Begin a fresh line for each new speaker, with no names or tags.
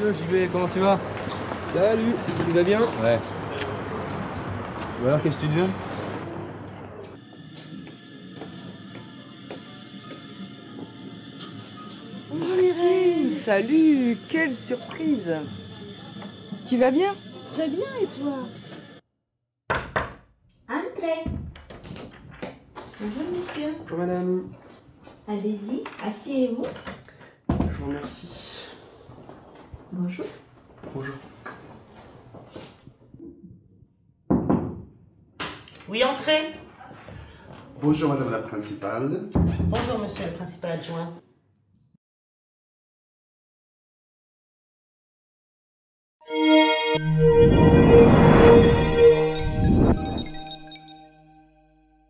Yo JB, comment tu vas
Salut, tu vas bien
Ouais. Ou alors qu'est-ce que tu deviens
Salut, quelle surprise Tu vas bien
Très bien, et toi
Entrez. Bonjour monsieur.
Bonjour madame,
Allez-y, asseyez-vous.
je vous remercie.
Bonjour.
Bonjour.
Oui, entrez.
Bonjour Madame la Principale.
Bonjour, monsieur le principal adjoint.